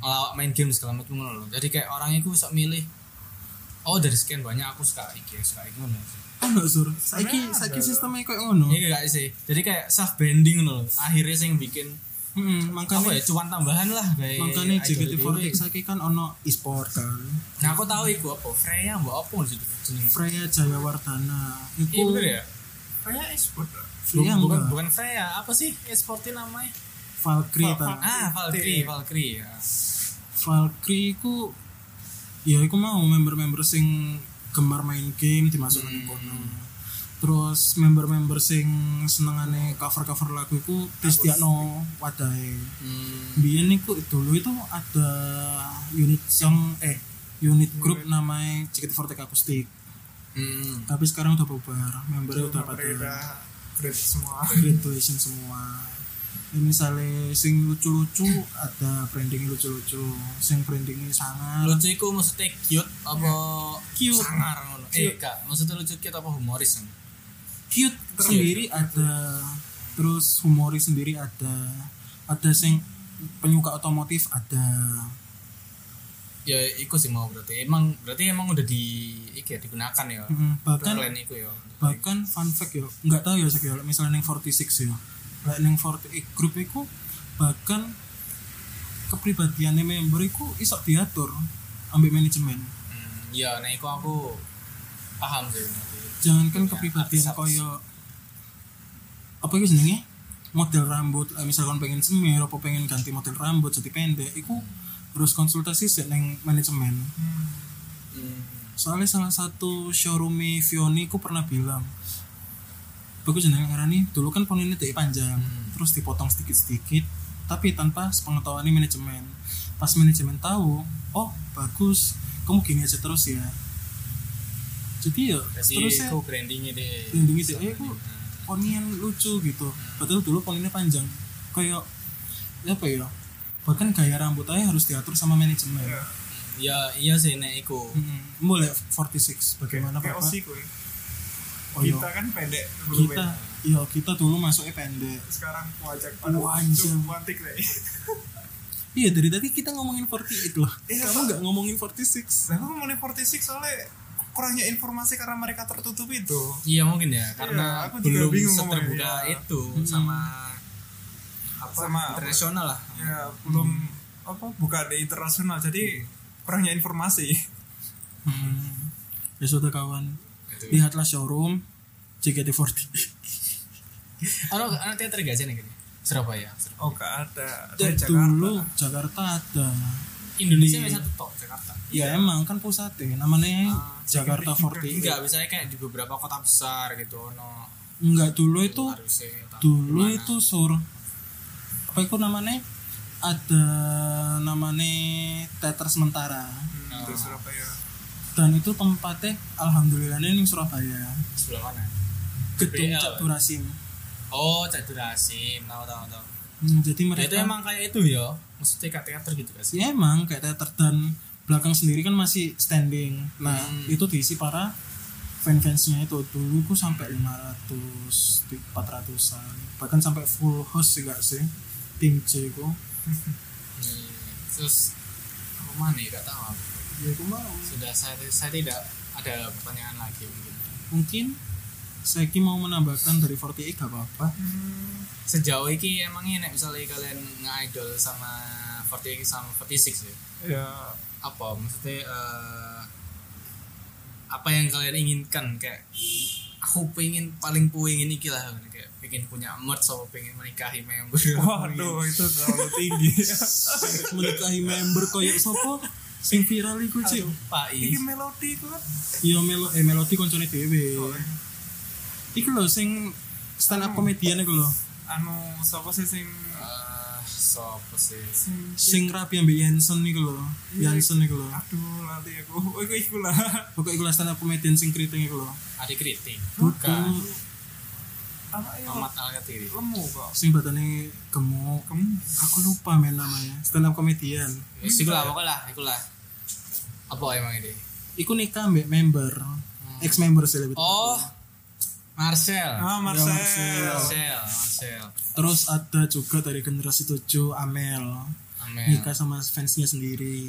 ngelawak main game segala macam ngono loh. jadi kayak orang itu bisa milih oh dari sekian banyak aku suka iki suka iki ngono sih
oh nggak sur saiki saiki sistemnya kayak ngono
Iya gak sih? Jadi kayak self branding loh. Akhirnya sih yang bikin
hmm,
apa
makanya
ya cuan tambahan lah kayak
makanya
idol
JKT48
dewe.
saiki kan ono e-sport kan
Nah aku tahu iku apa Freya mbak apa gitu jeneng.
Freya Jayawardana
Iya
itu
bener ya?
kayak ekspor
Freya
bukan
enggak
bukan Freya apa sih e-sportnya namanya?
Valkyrie Iya. ta
Ah Valkyrie Valkyrie ya.
Valkyrie itu ya aku mau member-member sing gemar main game dimasukkan
Hmm.
kono terus member-member sing senengane cover-cover lagu itu Kristiano Wadai
Hmm.
Biyen iku dulu itu ada unit song eh unit grup namanya JKT48 Acoustic
Hmm.
tapi sekarang udah bubar membernya udah pada
udah grade semua
graduation semua ini misalnya sing lucu-lucu ada branding lucu-lucu sing brandingnya sangat
Lucu iku maksudnya cute apa
Cute.
sangar ngono. Eh gak, maksudnya lucu cute apa humoris? ngono?
cute sendiri ada terus humoris sendiri ada ada sing penyuka otomotif ada
ya iku sih mau berarti emang berarti emang udah di iki ya digunakan ya
Mm, bahkan
plan iku ya
bahkan fun fact ya nggak tahu ya sek ya misalnya yang 46 ya lah yang 48 grup itu bahkan kepribadiannya member itu isok diatur ambil manajemen
Hmm, iya nah iku aku paham sih
jangankan
Ya,
kepribadian
artis-artis.
koyo apa itu jenenge model rambut eh, misalkan pengen semir apa pengen ganti model rambut jadi pendek itu harus konsultasi sih neng manajemen
Hmm,
soalnya salah satu showroomnya Vioni ku pernah bilang bagus jenenge ngarani dulu kan poninya dari panjang
Hmm.
terus dipotong sedikit-sedikit tapi tanpa sepengetahuan manajemen pas manajemen tahu oh bagus kamu gini aja terus ya jadi ya
terus
terusnya
iku brandingnya deh Hmm.
Brandingnya deh, eh, iku- ponian lucu gitu padahal dulu poninya panjang kayak apa ya bahkan gaya rambut aja harus diatur sama manajemen Hmm,
ya iya sih nek iku
Mm-mm. boleh 46 bagaimana
kayak
Bapak?
osi gue
Oh, iya.
ya. kita kan pendek dulu
kita iya kita dulu masuknya pendek
sekarang wajak pada
Wajak.
wantik deh
iya dari tadi kita ngomongin 48 loh kamu nggak ngomongin 46
Nah, aku ngomongin 46 soalnya kurangnya informasi karena mereka tertutup itu.
iya mungkin ya karena
aku
belum
juga bingung
seterbuka
ngomongnya.
itu sama apa
Sama apa?
internasional lah
Ya, belum
Hmm.
apa bukan di internasional. Jadi kurangnya informasi.
hmm. ya sudah kawan
Itu.
lihatlah showroom JKT48
Ano ano teater gak sih nih gini? Iya. Surabaya.
Oh, gak ada. Ada
Dan
Jakarta.
dulu Jakarta ada
Indonesia bisa tetap Jakarta.
ya emang kan pusatnya namanya
Ah,
Jakarta 48
Enggak, misalnya kayak di beberapa kota besar gitu ono
Enggak dulu itu
harusnya atau
dulu
gimana.
itu sur apa itu namanya ada namanya teater sementara
Hmm, itu Surabaya.
dan itu tempatnya alhamdulillah ini di Surabaya
sebelah mana?
gedung
BL.
Cak Durasim
Oh, Cak Durasim, tahu tahu tahu.
Hmm, jadi mereka
Itu emang kayak itu ya. Maksudnya kayak teater gitu gak sih?
ya emang kayak teater dan belakang sendiri kan masih standing nah
Hmm.
itu diisi para fan-fansnya itu dulu ku sampai 500 di- 400an bahkan sampai full host juga sih tim C ku
Hmm. Terus apa mana ya? Gak tahu. aku.
ya aku mau
Sudah saya saya tidak ada pertanyaan lagi mungkin.
mungkin saya ki mau menambahkan dari 48 gak apa-apa
Sejauh ini emangnya nek misalnya kalian nge-idol sama 48 sama 46 ya?
Ya,
apa maksudnya eh, apa yang kalian inginkan kayak aku pengen paling pengen iki lah kayak pengen punya merch atau pengen menikahi member
waduh itu terlalu tinggi.
menikahi member koyok sopo sing viral iku cil
pak
Ini
is
melodi itu kan.
iya melo eh melodi koncone dhewe
Oh, eh.
iku lho sing stand up komedian iku lho
Anu, siapa sih sing
sopo sih
sing
sing rap yang mbek Yansen iku lho Yansen iku lho
aduh nanti aku oh iku iku lah
pokok iku lah stand up komedian sing keriting iku lho
ada kritik
bukan
bukan
apa ya
Ahmad Al Katiri
lemu kok
sing badannya gemuk
kamu
aku lupa men namanya stand up komedian
wis iku lah pokoknya lah iku lah apa emang ini
iku nikah mbek member ex member sih lebih tepatnya.
oh Marcel
Ya,
ah
Marcel.
Marcel
Marcel Marcel
terus ada juga dari generasi 7 Amel
Amel
nikah sama fansnya sendiri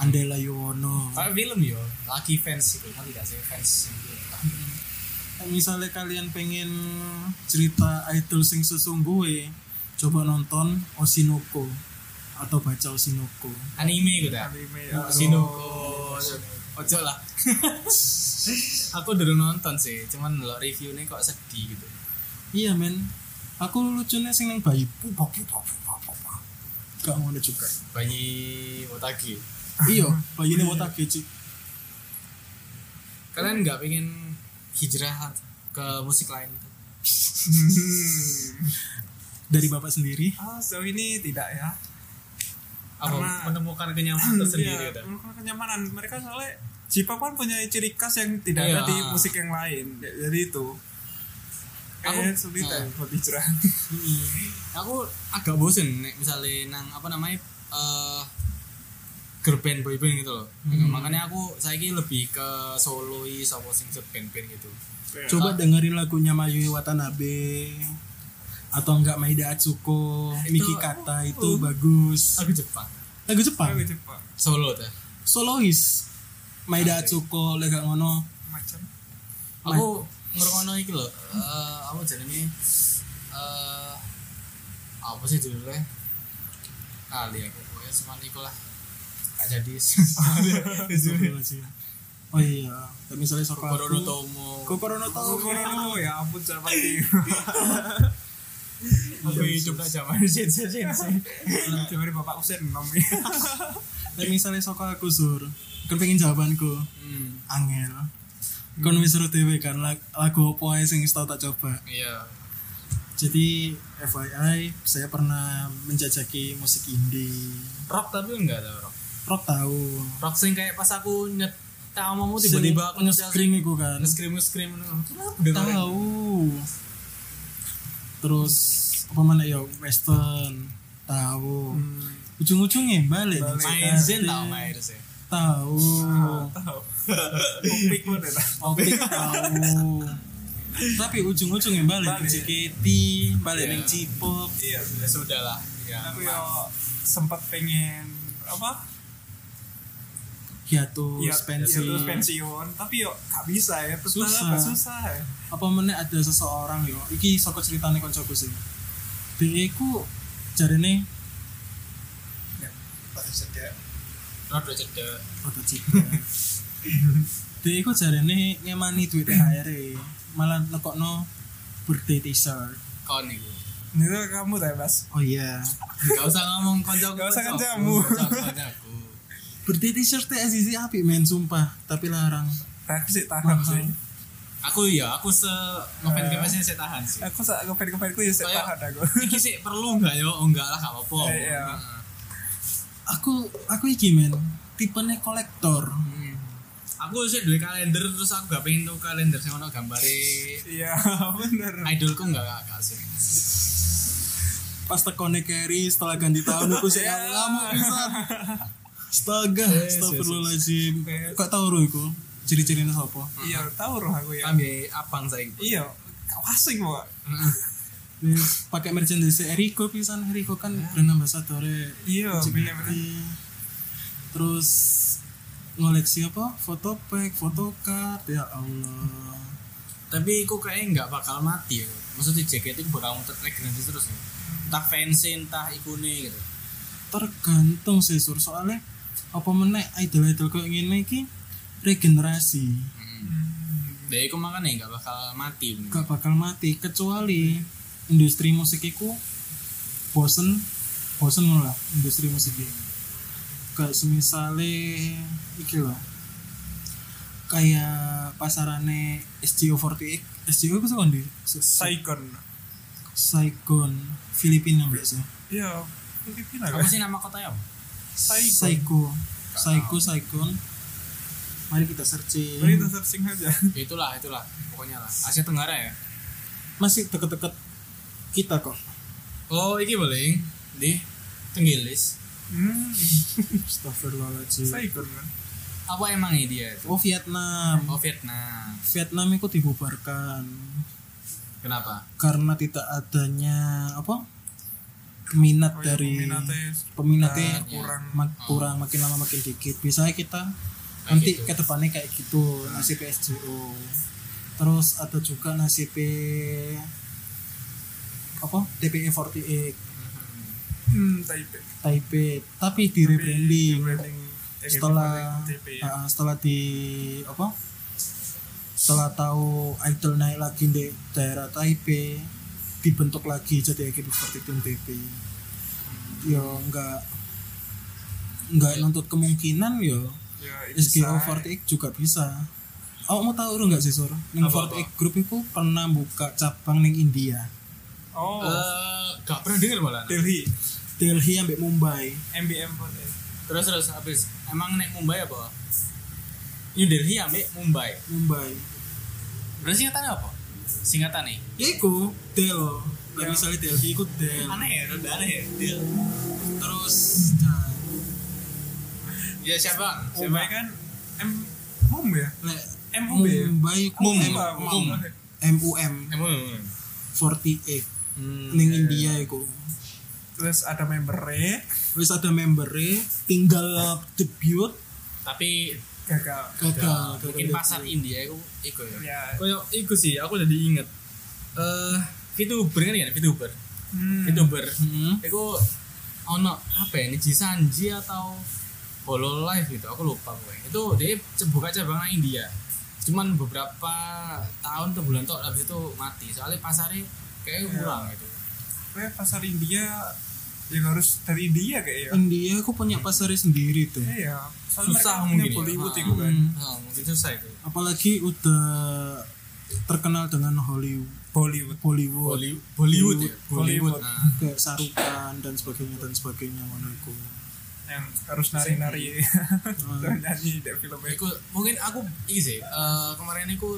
Andela Yuwono
Kalau film yo laki fans itu ngerti gak sih fans yang film.
misalnya kalian pengen cerita idol sing sesungguhnya coba nonton Oshinoko atau baca Oshinoko
anime gitu ya
anime ya.
Shinoko ojo lah aku dulu nonton sih cuman lo reviewnya kok sedih gitu
iya men aku lucunya sing nang bayi pupa pupa pupa pupa gak ngono juga
bayi otagi
iya bayi ini botak kecil
kalian nggak pengen hijrah ke musik lain gitu
dari bapak sendiri
ah sejauh ini tidak ya
apa
Karena-
menemukan kenyamanan tersendiri
Iya,
gitu
merupakan kenyamanan mereka soalnya Jepang kan punya ciri khas yang tidak
Iya.
ada di musik yang lain Ya, jadi itu
Aku-
eh sulit
Ah.
ya buat hijrah
aku agak bosen nek misalnya nang apa namanya eh girl band boy band gitu loh makanya aku saya lebih ke soloi sama sing band band gitu
coba dengerin lagunya Mayu Watanabe atau enggak Maeda Atsuko, Miki Kata itu
oh.
bagus.
Aku Jepang.
Lagu Jepang,
Aku Jepang
Solo tuh.
solois. Maeda Atsuko, Lega Ngono.
macam
Aku ngerungono iki lho. Eh apa jenenge? Eh apa sih judulnya? Kali aku pokoknya cuma iku lah. Gak jadi.
Oh iya, dan misalnya Sokoro
Kokoro no Tomo.
Kokoro no Tomo.
oh ya ampun siapa sih
Aku hidup lah zaman sensei.
Coba di bapakku sen nom ya.
Dan misalnya Sokoro Kusur. Kan pengen jawabanku.
Hmm,
Angel. Kon wis suruh dhewe kan lag- lagu opo ae sing tau tak coba.
Iya.
Jadi FYI, saya pernah menjajaki musik indie.
Rock tapi enggak ada rock.
Rock tahu.
Rock sing kayak pas aku nyet kamu
Sing
Oh, tiba-tiba aku nyesel
nge-scream iku kan.
scream scream kenapa dengerin?
Tahu. Terus apa mana ya western tahu.
Hmm.
Ujung-ujungnya balik.
main zen tau main sih
Tahu.
Hmm, tahu topik pun ada
Oke, tahu. Tapi ujung-ujungnya balik
Balik.
ning JKT, balik
Iya.
ning J-pop.
iya
ya sudah lah ya
aku ya sempat pengen apa
Hiatus,
ya
pensi.
ya, terus pensiun tapi yo gak bisa ya terus
Susah.
susah susah ya.
apa meneh ada seseorang yo iki saka ceritane koncoku sih dia ku jarene
rodo cedek
ada cipta dia ku jarene ngemani duit THR -e. malah nekokno birthday t-shirt
kon iku
itu kamu ya, tadi mas
oh iya
gak usah ngomong konco
Gak usah kancamu.
koncaku
birthday t-shirt teh SCC api men sumpah tapi larang
aku sih tahan
Mahal.
sih
aku ya aku se ngefans ke mesin saya tahan sih
Iya. aku saat ngefan ngefan aku ya saya
Kayak-
tahan aku
iki sih perlu nggak yo oh, enggak lah gak apa-apa
Iya.
Heeh.
aku aku iki men tipenya kolektor
Hmm. aku sih duwe kalender terus aku gak pengen tuh kalender sing ono gambare
iya bener
idolku enggak gak gak sih
pas tekone carry setelah ganti tahun aku sih "Ya ngamuk pisan astaga astagfirullahaladzim kok tau ro iku ciri-cirinya sapa
iya tahu roh aku ya
ambil abang saya
iya wasing kok
Wis, pakai merchandise Eriko pisan Eriko kan brand ambassador
iya bener bener
terus ngoleksi apa foto pack foto card ya Allah
tapi aku kayaknya nggak bakal mati ya maksudnya JKT itu bakal muter regenerasi terus ya entah fansin entah ikune gitu
tergantung sih sur soalnya apa menek idol idol kok ngene iki regenerasi
dari aku makanya ya nggak bakal mati bener.
gak bakal mati kecuali industri musik iku bosen bosen ngono lah industri musik ini kayak semisale iki loh kayak pasarane SGO48 SGO itu kan di
Saigon
Saigon Filipina nggak sih
iya Filipina
apa
kan
sih nama kotanya apa?
Saigon
Saiko Saiko Saigon mari kita searching
mari kita searching aja
Ya itulah itulah pokoknya lah Asia Tenggara ya
masih deket-deket kita kok
oh iki boleh di Tenggilis
hmm
Astagfirullahaladzim
Saigon kan
apa emang ini dia itu
oh Vietnam
oh Vietnam
Vietnam itu dibubarkan
kenapa
karena tidak adanya apa minat
Oh iya,
dari
peminatnya
peminatnya
kurang, kurang.
mak- kurang makin lama makin dikit biasanya kita nanti
gitu.
ke depannya kayak gitu nasib SJO terus ada juga nasib apa E DPE48
hmm Taipei
Taipei tapi di rebranding
branding
setelah
Taipei ya.
ah, setelah di apa setelah tahu idol naik lagi di daerah Taipei dibentuk lagi jadi AKB seperti tim TP ya nggak nggak nuntut kemungkinan ya
ya Iya. bisa.
SGO 48 juga bisa Oh, mau tahu nggak sih Sur? Ning 48 Group itu pernah buka cabang ning India.
oh
Eh, gak pernah denger malah
Delhi
Delhi sampai Mumbai.
MBM pun
terus terus habis emang nek Mumbai apa New Delhi ambek Mumbai
Mumbai.
berarti singkatannya apa singkatan nih
Ya iku Del. Lah
Ya.
misalnya Delhi iku Del.
aneh ya rada aneh ya
Oh, Iya.
Del.
Terus nah,
ya siapa
Mumbai kan M Mum ya
lek
MUB ya?
Mumbai iku
Mum.
M-
Apa?
Mum.
MUM
emang
48.
Hmm.
ning India iku
terus ada E, membernya
wis ada membere tinggal debut
Tapi
gagal
gagal
mungkin
gagal
pasar
debut.
India itu iku ya.
ya
Koyo iku sih aku jadi inget. Eh VTuber kan ya, VTuber.
hmm,
VTuber.
Hmm.
Iku ono apa ya, Niji Sanji atau Hololive gitu, aku lupa gue. Itu dia ce- buka cabang nang India. Cuman beberapa tahun atau bulan tuh habis itu mati. Soalnya pasarnya kayaknya kurang
Ya.
gitu.
kayak pasar India yang harus dari India kayak ya
India aku punya pasarnya sendiri tuh
iya soalnya
Susah mungkin.
mereka punya
ya.
Bollywood
Ah,
itu kan
Hmm.
ah, mungkin susah itu.
apalagi udah terkenal dengan Hollywood Bollywood Bollywood
Bolly- Bollywood ya.
Bollywood.
Nah,
kayak sarukan dan sebagainya dan sebagainya ngono iku.
yang harus
Iya.
nari-nari dan nyanyi di filmnya
Iku mungkin aku iki sih eh, kemarin aku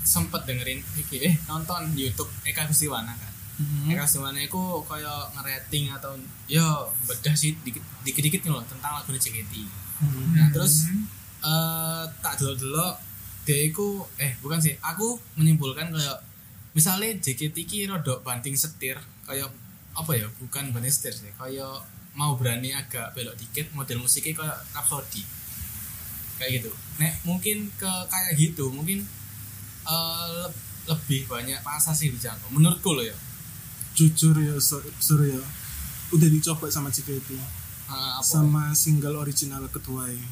sempet dengerin iki eh nonton YouTube Eka Kustiwana kan. Eka Kustiwana iku koyo ngerating atau yo bedah sih dikit dikit loh tentang lagu JKT.
Hmm.
Hmm.
Nah, terus eh tak delok-delok dia iku eh bukan sih, aku menyimpulkan kayak misalnya JKT iki rodok banting setir kayak apa ya bukan banting setir sih kayak mau berani agak belok dikit model musiknya kayak Rhapsody kayak gitu nek mungkin ke kayak gitu mungkin eh, le- lebih banyak pasar sih dijangkau menurutku loh ya
jujur ya Sur- Surya udah dicoba sama JKT
Eh, apa?
sama single original kedua ya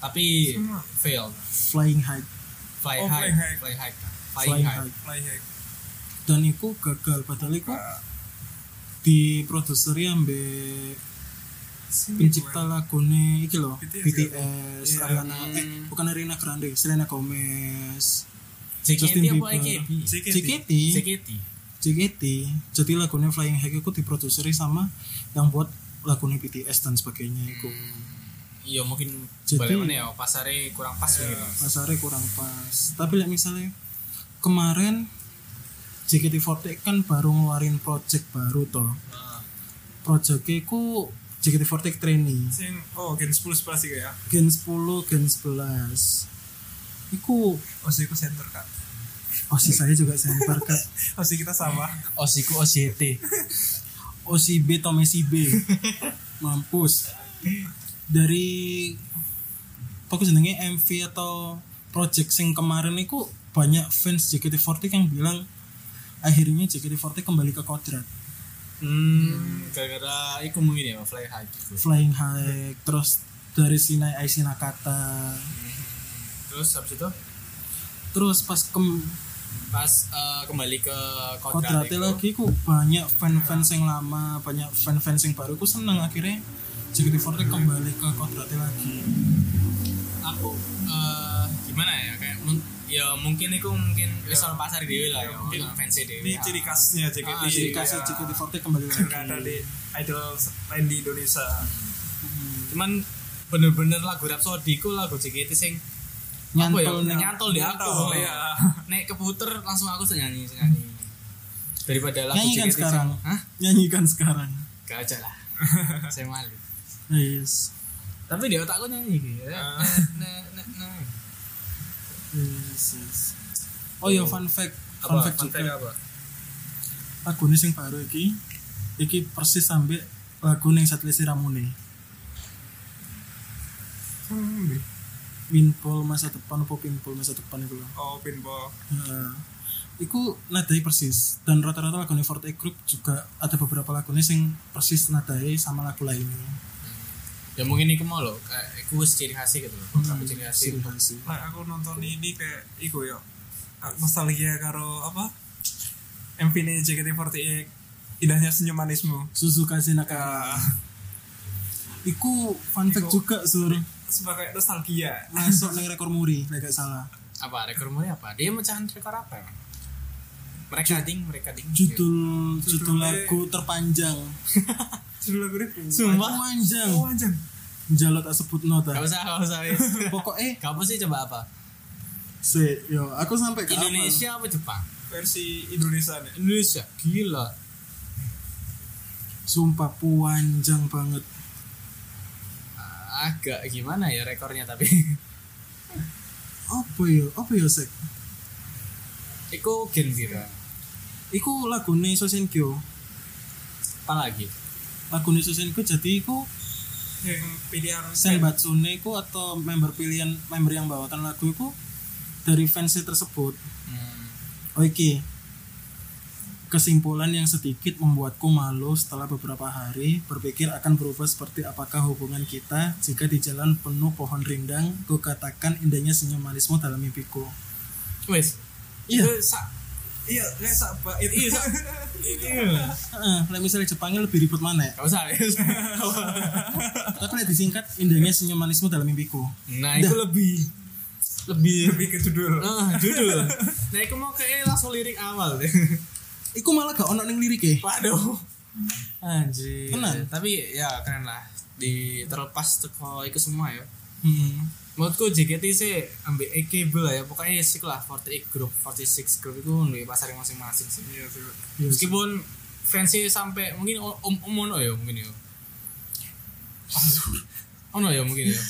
tapi fail
Flying High
fly
Oh,
high
Fly High.
fly high fly
Flying High
high
Nah.
Mulai hack.
dan itu gagal padahal itu di produseri ambe Iya, pencipta lagune iki loh
BTS,
BTS
iya.
Ariana eh
Hmm.
bukan Ariana Grande Selena Gomez Justin
JKT apa
Bieber.
AKB
JKT.
JKT
JKT
JKT jadi lagunya Flying High itu diproduseri e sama yang buat lagunya BTS dan sebagainya itu
Hmm. iya mungkin
Jadi-
balik mana ya pasarnya kurang pas
Iya,
gitu
pasarnya kurang pas tapi like misalnya kemarin JKT48 kan baru ngeluarin project baru toh projectnya ku JKT48 trainee
sing oh gen 10 11 sih ya
gen 10 gen 11 iku
oh sih aku center kak
osi saya juga center ke
oh sih kita sama
osiku OCT
osi B Tome si B mampus dari aku jenenge MV atau project sing kemarin iku banyak fans JKT48 yang bilang akhirnya JKT48 kembali ke kodrat
hmm gara-gara iku mungkin ya fly high gitu
Flying High terus dari Sinai Aishi Nakata
terus habis itu
terus pas kem
pas eh, kembali ke kodrat
kodrate
itu
lagi ku banyak fan-fans yang lama banyak fan-fans yang baru ku seneng akhirnya JKT48 kembali ke kodrate lagi
aku eh, gimana ya kayak mun- ya mungkin itu mungkin wis soal pasar dhewe lah ya mungkin fans
ini
dhewe Nah.
ciri khasnya JKT
Ah,
jadi
ciri
kasih
Ya.
JKT48 kembali lagi
nggak ada di idol lain di Indonesia
cuman bener-bener lagu Rhapsody ku lagu JKT sing apa ya
nyantol nyantol
nyantol di iya. aku
Oh,
Nyantol, ya.
nek keputer langsung aku sing nyanyi sing nyanyi daripada lagu
Nyanyikan
JKT sing-
sekarang.
Hah?
nyanyikan sekarang
gak aja lah saya malu
yes
tapi di otakku nyanyi gitu ya. Nah, nah, nah.
yes, yes. oh ya fun fact fun
Apa?
fact
Fun iya, fact
juga
apa?
lagu ini sing baru iki iki persis sampe lagu ning setlist Ramune Pinball masa depan apa pinball masa depan itu loh
oh pinball
Nah, Iku nadai persis dan rata-rata lagu Forte Group juga ada beberapa lagu sing persis nadai sama lagu lainnya.
ya mungkin ini mau loh kayak aku wis ciri khasnya gitu loh
Hmm.
beberapa ciri khasnya
Ciri khasnya.
Lah aku nonton ini kayak iku yo. Aku Nostalgia karo apa? MV ini JKT48 Indahnya senyum manismu.
Suzuka Senaka.
Ah,
Iku fun fact juga sur
sebagai nostalgia.
masuk neng rekor muri, lek gak salah.
apa rekor mulai apa dia mecahan rekor apa emang mereka ding mereka ding
Judul judul
Judulnya-
lagu terpanjang.
Judul lagu ini.
sumpah
Terpanjang.
Oh anjing.
Jalur tak sebut nota.
gak usah gak usah wis
Pokoknya
kamu sih coba apa
se yo aku sampai ke
Indonesia apa Jepang
Versi Indonesia nih.
Indonesia gila
Sumpah panjang banget.
agak gimana ya rekornya tapi
Apa ya? Apa ya sek?
Iku gen piro?
iku lagune Sosenkyo
apa lagi
lagune Sosenkyo jadi iku
yang pilihan
Senbatsune iku atau member pilihan member yang bawakan lagu iku dari fans e tersebut
hmm,
Oke. Oh, Kesimpulan yang sedikit membuatku malu setelah beberapa hari berpikir akan berubah seperti apakah hubungan kita jika di jalan penuh pohon rindang, ku katakan indahnya senyum manismu dalam mimpiku.
wes
Iya.
Itu sa- iya kayak sabak itu iya
Iya. Heeh, lah misalnya Jepangnya lebih ribet mana ya?
gak usah wes
Tapi lah disingkat indahnya senyum manismu dalam mimpiku.
nah itu lebih lebih
lebih ke judul
ah, judul nah itu mau kayak langsung lirik awal deh
Iku malah gak ono ning lirike.
waduh anjir
Tenan.
tapi ya keren lah di terlepas teko itu semua ya
Hmm.
menurutku JKT sih ambil AKB lah ya pokoknya sik lah 48 group 46 group itu nduwe pasar yang masing-masing sih
iya sih
meskipun fansnya sampai mungkin om om ono ya mungkin ya ono ya mungkin ya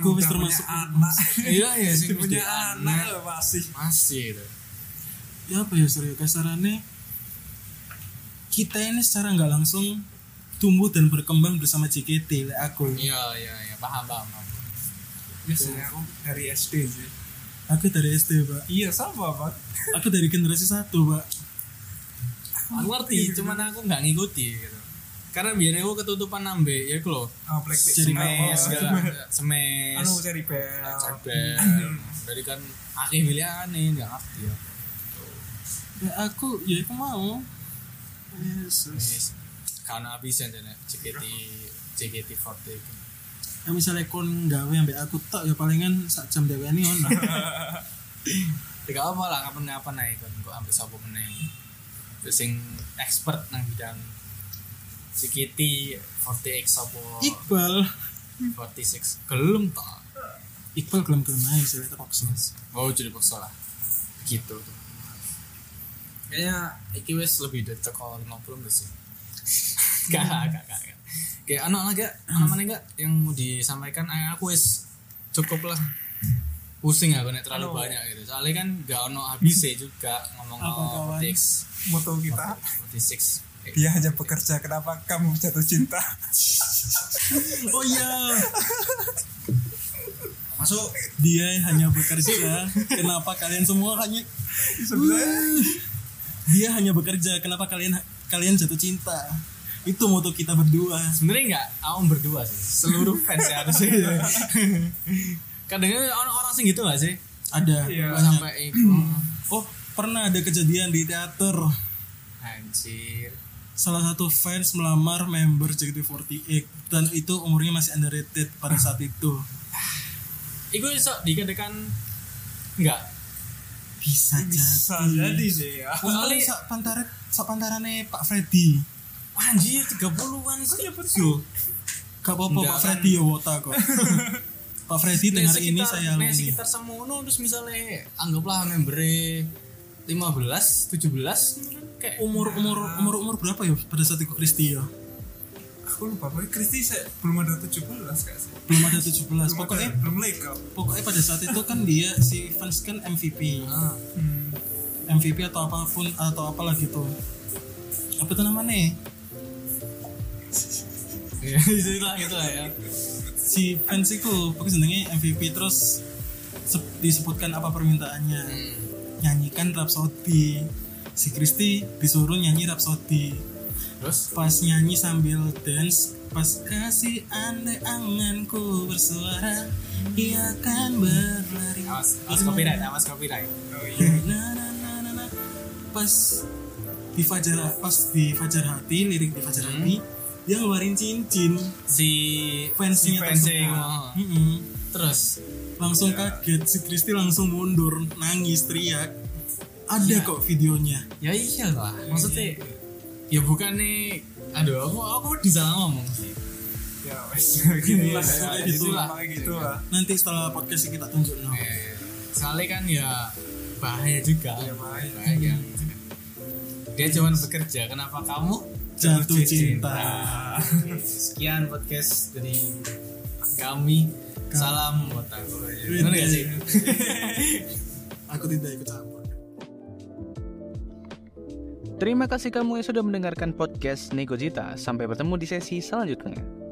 Aku wis
Udah punya
termasuk
anak
iya ya sih
Udah punya
mesti-
anak loh, masih
masih gitu. itu
ya apa ya serius kasarannya kita ini secara nggak langsung tumbuh dan berkembang bersama JKT lah aku.
iya iya iya paham paham paham.
biasanya Iya, aku dari SD sih
Iya Aku dari SD, Pak.
iya sama pak
Aku dari generasi satu, Pak.
aku ngerti cuman aku nggak ngikuti gitu karena biar aku ketutupan nambe ya itu loh
Ah, Blackpink
Jadi
Semen,
semes segala semes
anu cari bel
Cebel. Dari kan akhir pilihan nih nggak ngerti ya.
Ya aku, ya aku mau.
Yes. Karena habisan jadi JKT JKT48.
Ya misalnya kon gawe ambek aku tok ya palingan sak jam dewe ini ono.
Oh.
Tidak apa lah kapan-kapan naik kan kok ambil sopo meneng. Terus sing expert nang bidang JKT 48 sopo
Iqbal,
46 gelem toh.
Iqbal gelem gelem aja sih terpaksa.
Wow jadi paksa lah. Gitu. Kayaknya iki wis lebih dari teko 50 gak sih? Gak, gak, gak, gak. Kayak anak lah gak, anak mana gak yang mau disampaikan eh, aku wis cukup lah. Pusing aku nek terlalu
Halo.
banyak gitu. Soalnya kan gak ono habisnya juga ngomong
Apa, kawan?
no 46,
moto kita Iya.
46. Eh,
dia hanya bekerja kenapa kamu jatuh cinta
Oh iya. Masuk dia hanya bekerja. Kenapa kalian semua hanya
sebenarnya
dia hanya bekerja kenapa kalian kalian jatuh cinta itu moto kita berdua
Sebenarnya enggak, awam berdua sih. Seluruh fans ya harusnya. Kadang-kadang orang-orang sih gitu gak sih?
ada
Iya.
banyak
Sampai itu
oh pernah ada kejadian di teater
Anjir.
salah satu fans melamar member JKT48 dan itu umurnya masih underrated
Ah.
pada saat itu
Iku iso dikatakan enggak.
bisa
bisa
jadi Oh,
jadi sih ya
Soalnya sak pantaran sak pantarane Pak Freddy
Anjir 30-an sih dapat
yo gak apa-apa
Enggak
Pak
kan.
Freddy ya wota kok Pak Freddy dengar ini saya alumni
nih sekitar semono terus misalnya anggaplah e memberi 15, 17 gitu kan, kayak
umur umur
Ah.
umur umur berapa ya pada saat itu Kristi ya
aku lupa pokoknya Kristi se- belum ada 17 kayak sih
belum ada 17
Belum ada-
pokoknya
belum legal
pokoknya pada saat itu kan dia si fans kan MVP
Hmm.
MVP atau apapun atau apalah gitu apa tuh namanya Iya,
ya istilah gitu lah ya.
si fans itu pokoknya jenenge MVP terus se- disebutkan apa permintaannya
Hmm.
nyanyikan Rhapsody si Kristi disuruh nyanyi Rhapsody
Terus
pas nyanyi sambil dance pas kasih andai anganku bersuara ia akan berlari
awas awas Nah, copyright, awas copyright.
Na, na, na, na, na. pas di fajar pas di fajar hati lirik di fajar hati dia ngeluarin cincin
Si
fansnya
si fansnya
tersebut.
oh.
Mm-mm.
Terus
langsung kaget si Kristi langsung mundur nangis teriak ada kok videonya
ya iya lah maksudnya ya bukan nih aduh aku aku disalah ngomong sih
ya wes gini lah
Iya,
ya,
iya,
gitu
gitulah.
lah Pokoknya gitu lah
nanti setelah podcast ini kita tunjuk no.
Eh, soalnya kan ya bahaya juga
Ya, bahaya.
bahaya dia cuma bekerja kenapa kamu
jatuh cinta
sekian podcast dari kami salam buat aku benar gak sih
aku tidak ikut campur
Terima kasih kamu yang sudah mendengarkan podcast Nego Cita. Sampai bertemu di sesi selanjutnya.